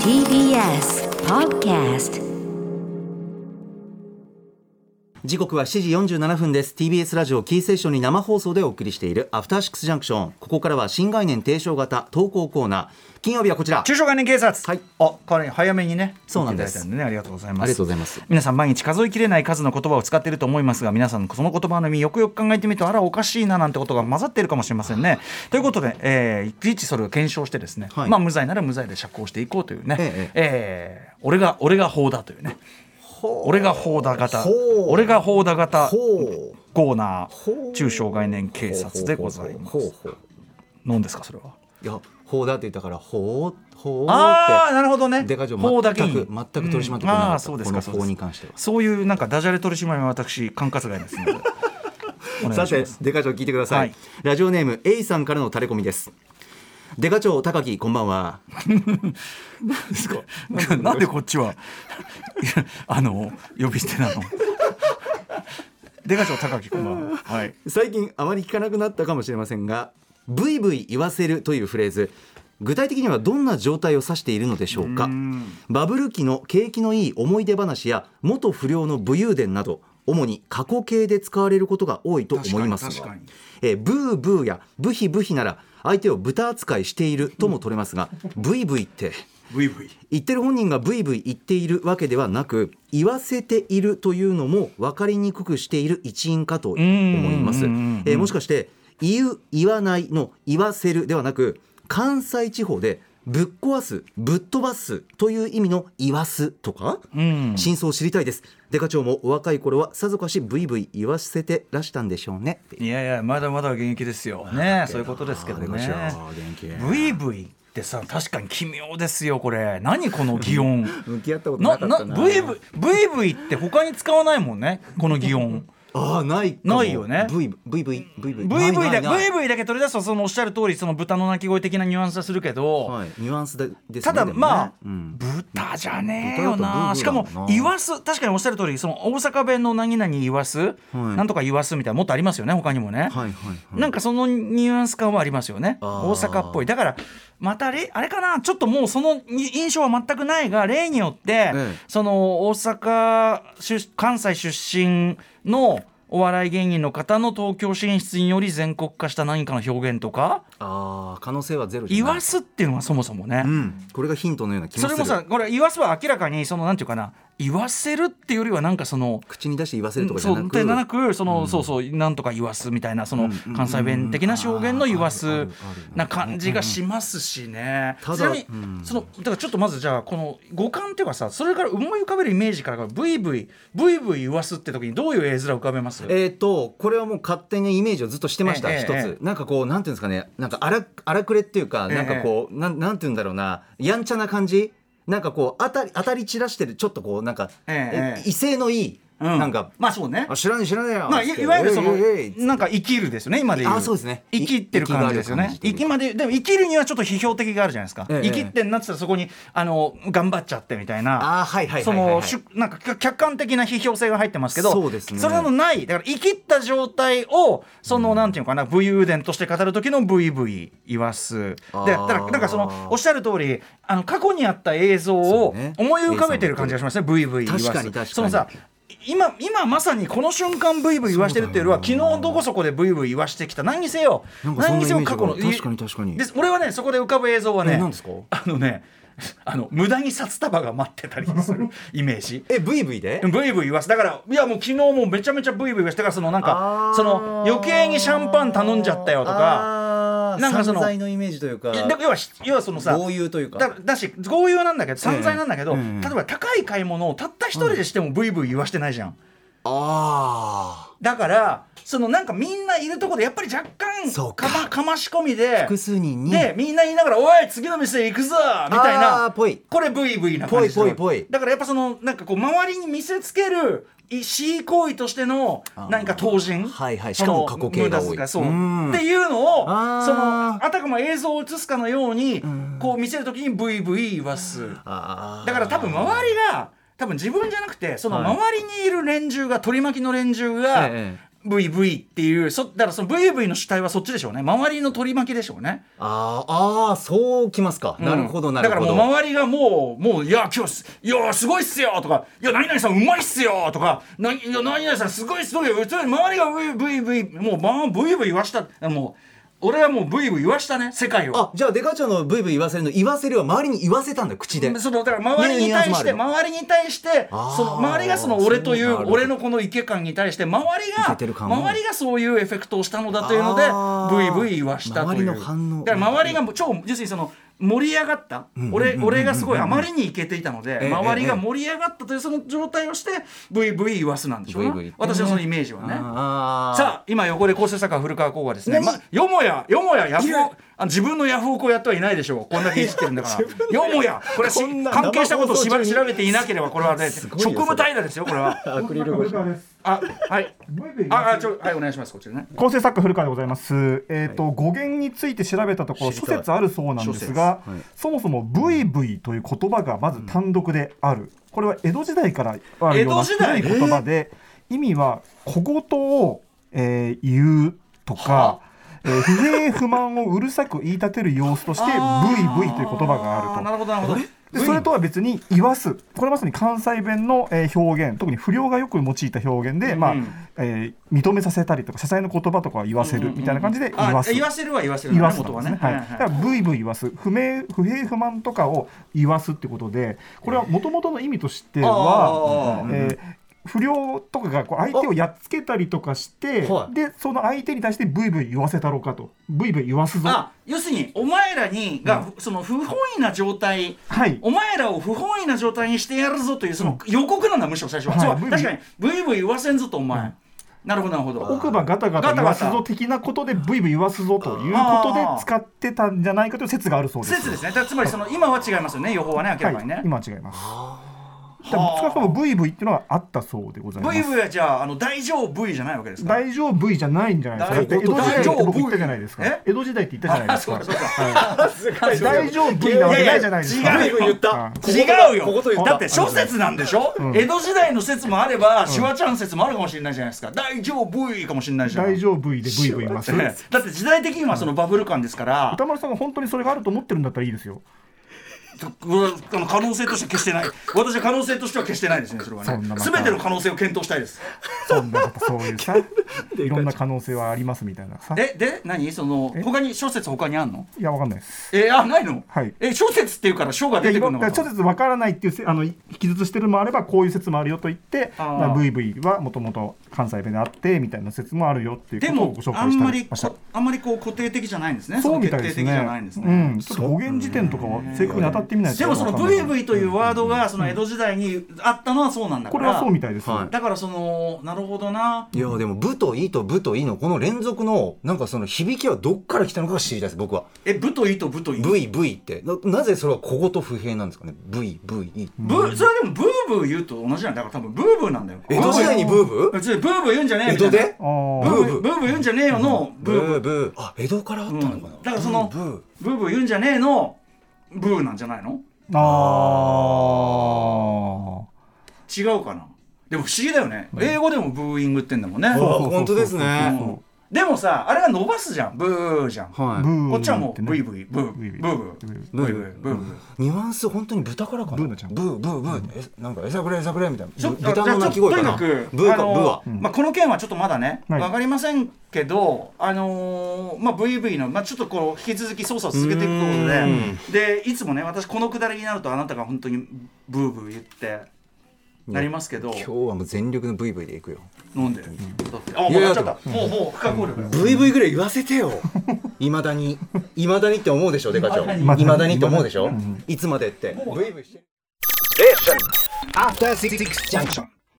TBS Podcast 時刻は7時47分です TBS ラジオキーセーションに生放送でお送りしているアフターシックスジャンクションここからは新概念提唱型投稿コーナー金曜日はこちら中小概念警察、はいあ代わりに早めにねそうなんです来ていただいたねありがとうございますありがとうございます皆さん毎日数えきれない数の言葉を使っていると思いますが皆さんその言葉の意味よくよく考えてみるとあらおかしいななんてことが混ざっているかもしれませんねということで、えーいちいちそれを検証してですね、はいまあ無罪なら無罪で釈放していこうというね、えええー俺が俺が法だというね俺が法だ型ほう俺が法だ型ほうコーナほーう中小概念警察でございまほうすほう何ですかそれはいやほうだって言ったからほうほうってああなるほどねデカ嬢法全くだけに全く取り締まってこなかうんあっーた、そうですこかのそ法うでにすか関してはそういうなんかダジャレ取り締まりは私管轄外で すのでお願さいしまてすデカ長聞いてください、はいラジオネーム A さんからのタレコミですデカ長高木こんばんはですか なんでこっちはいやあの呼び捨てなの 出川長高木こんばんははい最近あまり聞かなくなったかもしれませんがブイブイ言わせるというフレーズ具体的にはどんな状態を指しているのでしょうかバブル期の景気のいい思い出話や元不良の武勇伝など主に過去形で使われることが多いと思います確かがに確かえーブーブーやブヒブヒなら相手を豚扱いしているとも取れます が、ブイブイってブイブイ言ってる本人がブイブイ言っているわけではなく言わせているというのも分かりにくくしている一因かと思います。えうんうんうんうんーもしかして言う言わないの言わせるではなく関西地方でぶっ壊すぶっ飛ばすという意味の言わすとか、ん真相を知りたいですデカ長もお若い頃はさぞかしブイブイ言わせてらしたんでしょうねいやいやまだまだ現役ですよねそういうことですけどありねがとうございます元気ブイブイってさ確かに奇妙ですよこれ何この擬音向き合ったことななかっなたなブイブイブイブイって他に使わないもんねこの擬音ああないかもないよねブイブイブイブイブイブイブイなだいないない VV だけ取り出すとそのおっしゃる通りその豚の鳴き声的なニュアンスはするけど、はい、ニュアンスでですねただでもねまあ、うん豚じゃねえよなし豚かだとブーブーだももんな言わす確かにおっしゃる通りその大阪弁の何々言わす、なんとか言わすみたいなもっとありますよね他にもね、はいはいはいなんかそのニュアンス感はありますよねあー大阪っぽいだからまたあれあれかなちょっともうその印象は全くないが例によって、ええその大阪出関西出身のお笑い芸人の方の東京進出により全国化した何かの表現とかああ可能性はゼロじゃ言ないわすっていうのはそもそもね、うんこれがヒントのような気もそすれるもさこれ言わすは明らかにそのなんていうかな言わせるっていうよりはなんかその口に出して言わせるとかじそゃうなくでなくその、そうそうなんとか言わすみたいなその関西弁的な表現の言わすな感じがしますしね。ただちなみに、そのだからちょっとまずじゃあこの五感っていうかさそれから思い浮かべるイメージからブイブイブイブイ言わすって時にどういう絵面浮かべます？えー、とこれはもう勝手にイメージをずっとしてました、ええ一えつなんかこうなんていうんですかねなんか荒荒くれっていうか、ええなんかこうなんなんていうんだろうなやんちゃな感じなんかこう当たり当たり散らしてるちょっとこうなんか、ええええ威勢のいい、うんなんかまあそうねあ。知らねえ知らねえよまあ、いいわゆるそのおいおいおいなんか生きるですよね今で言うあそうですね生きってる感じですよ生きがあねる感生じきまででも生きるにはちょっと批評的があるじゃないですか、ええ生きってんなってたらそこにあの頑張っちゃってみたいなあーはいはいそはいはいはのい主なんか客客観的な批評性が入ってますけどそうですねそれのないだから生きった状態をその、なんていうのかな武勇伝として語る時の VV 言わすであーだからなんかそのおっしゃる通りあの過去にあった映像をそうね思い浮かべてる感じがしますね VV 言わす確かに確かにそのさ今今まさにこの瞬間ブイブイ言わしてるっていうよりは昨日どこそこでブイブイ言わしてきた何にせよなんかそんな何にせよイメージ過去のが確かに確かにです俺はねそこで浮かぶ映像はねえ何ですかあのねあの無駄に札束が待ってたり するイメージえ VV でブイブイ言わすだからいやもう昨日もうめちゃめちゃブイブイ言わしてだからそのなんかあーその余計にシャンパン頼んじゃったよとあかーなんかその散財のイメージというかいやだから要は要はそのさ豪遊というかだだし豪遊なんだけど散財なんだけど、ええええ例えば高い買い物をたった一人でしてもブイブイ言わしてないじゃんあだからそのなんかみんないるところでやっぱり若干そうかかまかまし込みであ複数人にでみんな言いながら「おい次の店行くぞ!」みたいあーなぽいこれ VV な感じですぽいぽいぽいだからやっぱそのなんかこう周りに見せつけるい恣意行為としてのー何か当人はいはいそしのかも過去形が多い無駄遣そううんっていうのをあーそのあたかも映像を映すかのようにこう見せるときに VV 言わすあーだから多分周りが多分自分じゃなくてそのはい周りにいる連中が取り巻きの連中がええ VV っていうそだからその VV の主体はそっちでしょうね周りの取り巻きでしょうねあーあーそうきますか、なるほどなるほどだからもう周りがもう「もういや今日すいやすごいっすよ」とか「いや何々さんうまいっすよ」とか「ないや何々さんすごいっすよ」普通に周りがブイブイブイもうまあブイブイ言わしたもう俺はもうブイブイ言わしたね世界を。あじゃあデカちゃんのブイブイ言わせるの言わせるは周りに言わせたんだ口でそのだから周りに対してねニュアンスも周りに対してあーその周りがその俺といそううなんだ俺のこのイケ感に対して周りイがケてる感を周りがそういうエフェクトをしたのだというのであーブイブイ言わしたという周りの反応だから周りがもう超要するにその盛り上がった俺俺がすごいあまりにイケていたのえでえ周りが盛り上がったというその状態をしてブイブイ言わすなんでしょうなブイブイ言ってね私のそのイメージはねあーさあ今横で構成作家古川光はですね、何ま、よもやよもやヤフいやオあ自分のヤフオクをやってはいないでしょうこんだけいじってるんだからよもやこれしこんな関係したことをしばらく生放送中調にべていなければこれはねすご職いよそれ務怠惰ですよこれはアクリル越しあはいああちょはいお願いしますこちらね構成作家古川でございます。えっ、と、語源について調べたところ知り諸たい説あるそうなんですが、諸説はいそもそも VV という言葉がまず単独である。これは江戸時代からあるような江戸時代古い言葉で、意味は小言を、えー言うとか。えー不平不満をうるさく言い立てる様子として VV という言葉があるなるとほどなるほどでそれとは別に「言わす」これまさに関西弁の、えー表現特に不良がよく用いた表現で、まあうんえー認めさせたりとか謝罪の言葉とかは言わせるみたいな感じで「言わあす」言わせるは言わせる言わす元なんはですね、ねはいはいだからブイブイ言わす不明不平不満とかを言わすってことでこれはもともとの意味としてはあ、ーえー不良とかがこう相手をやっつけたりとかしてはいでその相手に対してブイブイ言わせたろうかとブイブイ言わすぞあ要するにお前らにが、その不本意な状態はいお前らを不本意な状態にしてやるぞというその予告なんだむしろ最初は、はいそうブイブイ確かにブイブイ言わせんぞとお前、なるほどなるほど奥歯ガタガタ言わすぞ的なことでブイブイ言わすぞということで使ってたんじゃないかという説があるそうです。説ですねだからつまりその今は違いますよね予報はね明はらかにね、い、今は違います。だから少なくともブイブイっていうのはあったそうでございまブイす。ブイはじゃああの大丈夫 V じゃないわけですか大丈夫じゃないんじゃないですか。だって江戸時代大丈って夫僕言ったじゃないですかえ。江戸時代って言ったじゃないですそうかか。そうか 大丈夫なわけないじゃないですか。いやいや違うよブイブイ言ったあ違うここと言よっただって諸説なんでしょ、江戸時代の説もあればシュワちゃん説もあるかもしれないじゃないですか大丈夫 V かもしれないじゃん 大丈夫でブイブイ言います。ねだって時代的にはそのバブル感ですから、歌丸さんが本当にそれがあると思ってるんだったらいいですよ。うわあの可能性としては決してない私は可能性としては決してないですねそれはそんねなまた全ての可能性を検討したいですそんなやっぱそういう さ、いろんな可能性はありますみたいなさ。えで何その他に諸説他にあんのいやわかんないです。えあないの、はいえ諸説っていうから諸がいや出てく今るのだかから諸説わからないっていうせあの記述してるのもあればこういう説もあるよと言ってあーまあ VV はもともと関西弁であってみたいな説もあるよっていうでことをもご紹あ介んしまたりましたこあんまりこう固定的じゃないんですね。そうみたいので決定す的じゃなねいんですうね。んちょっと語源辞典とかは正確に当たってみないとでもそのわかんない VV というワードがその江戸時代にあったのはそうなんだかこれら。はそうみたいです、はいだからそのなるほどな。いやでも「部と「い」と「部と「い」のこの連続のなんかその響きはどっから来たのかが知りたいです僕はえ部といと部「とい。 V」「V」ってななぜそれは小言不平なんですかね「V」「V」「い」ブそれでもブーブー言うと同じなんだから多分ブーブーなんだよ。江戸時代にブーブー別にブーブー言うんじゃねえ江よみたい戸な。であーブーブーブーブーブーブー言うんじゃねえよのブブーブーーブーあ江戸からあったのかな、うんだからそのブーブーブーブー言うんじゃねえのブーなんじゃないの？あー違うかな。でも不思議だよね。英語でもブーイングってんだもんね。あ本当ですねそうでもさあれが伸ばすじゃんブーじゃん、はいブーこっちはもうブブイーブイブーブーブイブイブーブーブーブーブーブーニュアンス本当に豚からかなブーなちゃんブーブーブー、えなんか餌くれ餌くれみたいちなょぶ豚の鳴き声かなじゃあちょっとブーとにかかくブーはあのーまあこの件はちょっとまだねはいわかりませんけどあのーまあ VV のまあちょっとこう引き続き捜査を続けていくこうとででいつもね私このくだりになるとあなたが本当にブーブー言ってなりますけど今日はもう全力のブイブイでいくよ飲んでだってあもういやいやなっちゃったもうもう不可抗力だよブイブイぐらい言わせてよいまだにいまだにって思うでしょデカちゃんい未だにまだにって思うでしょいつまでってブイブイして After Six Junction.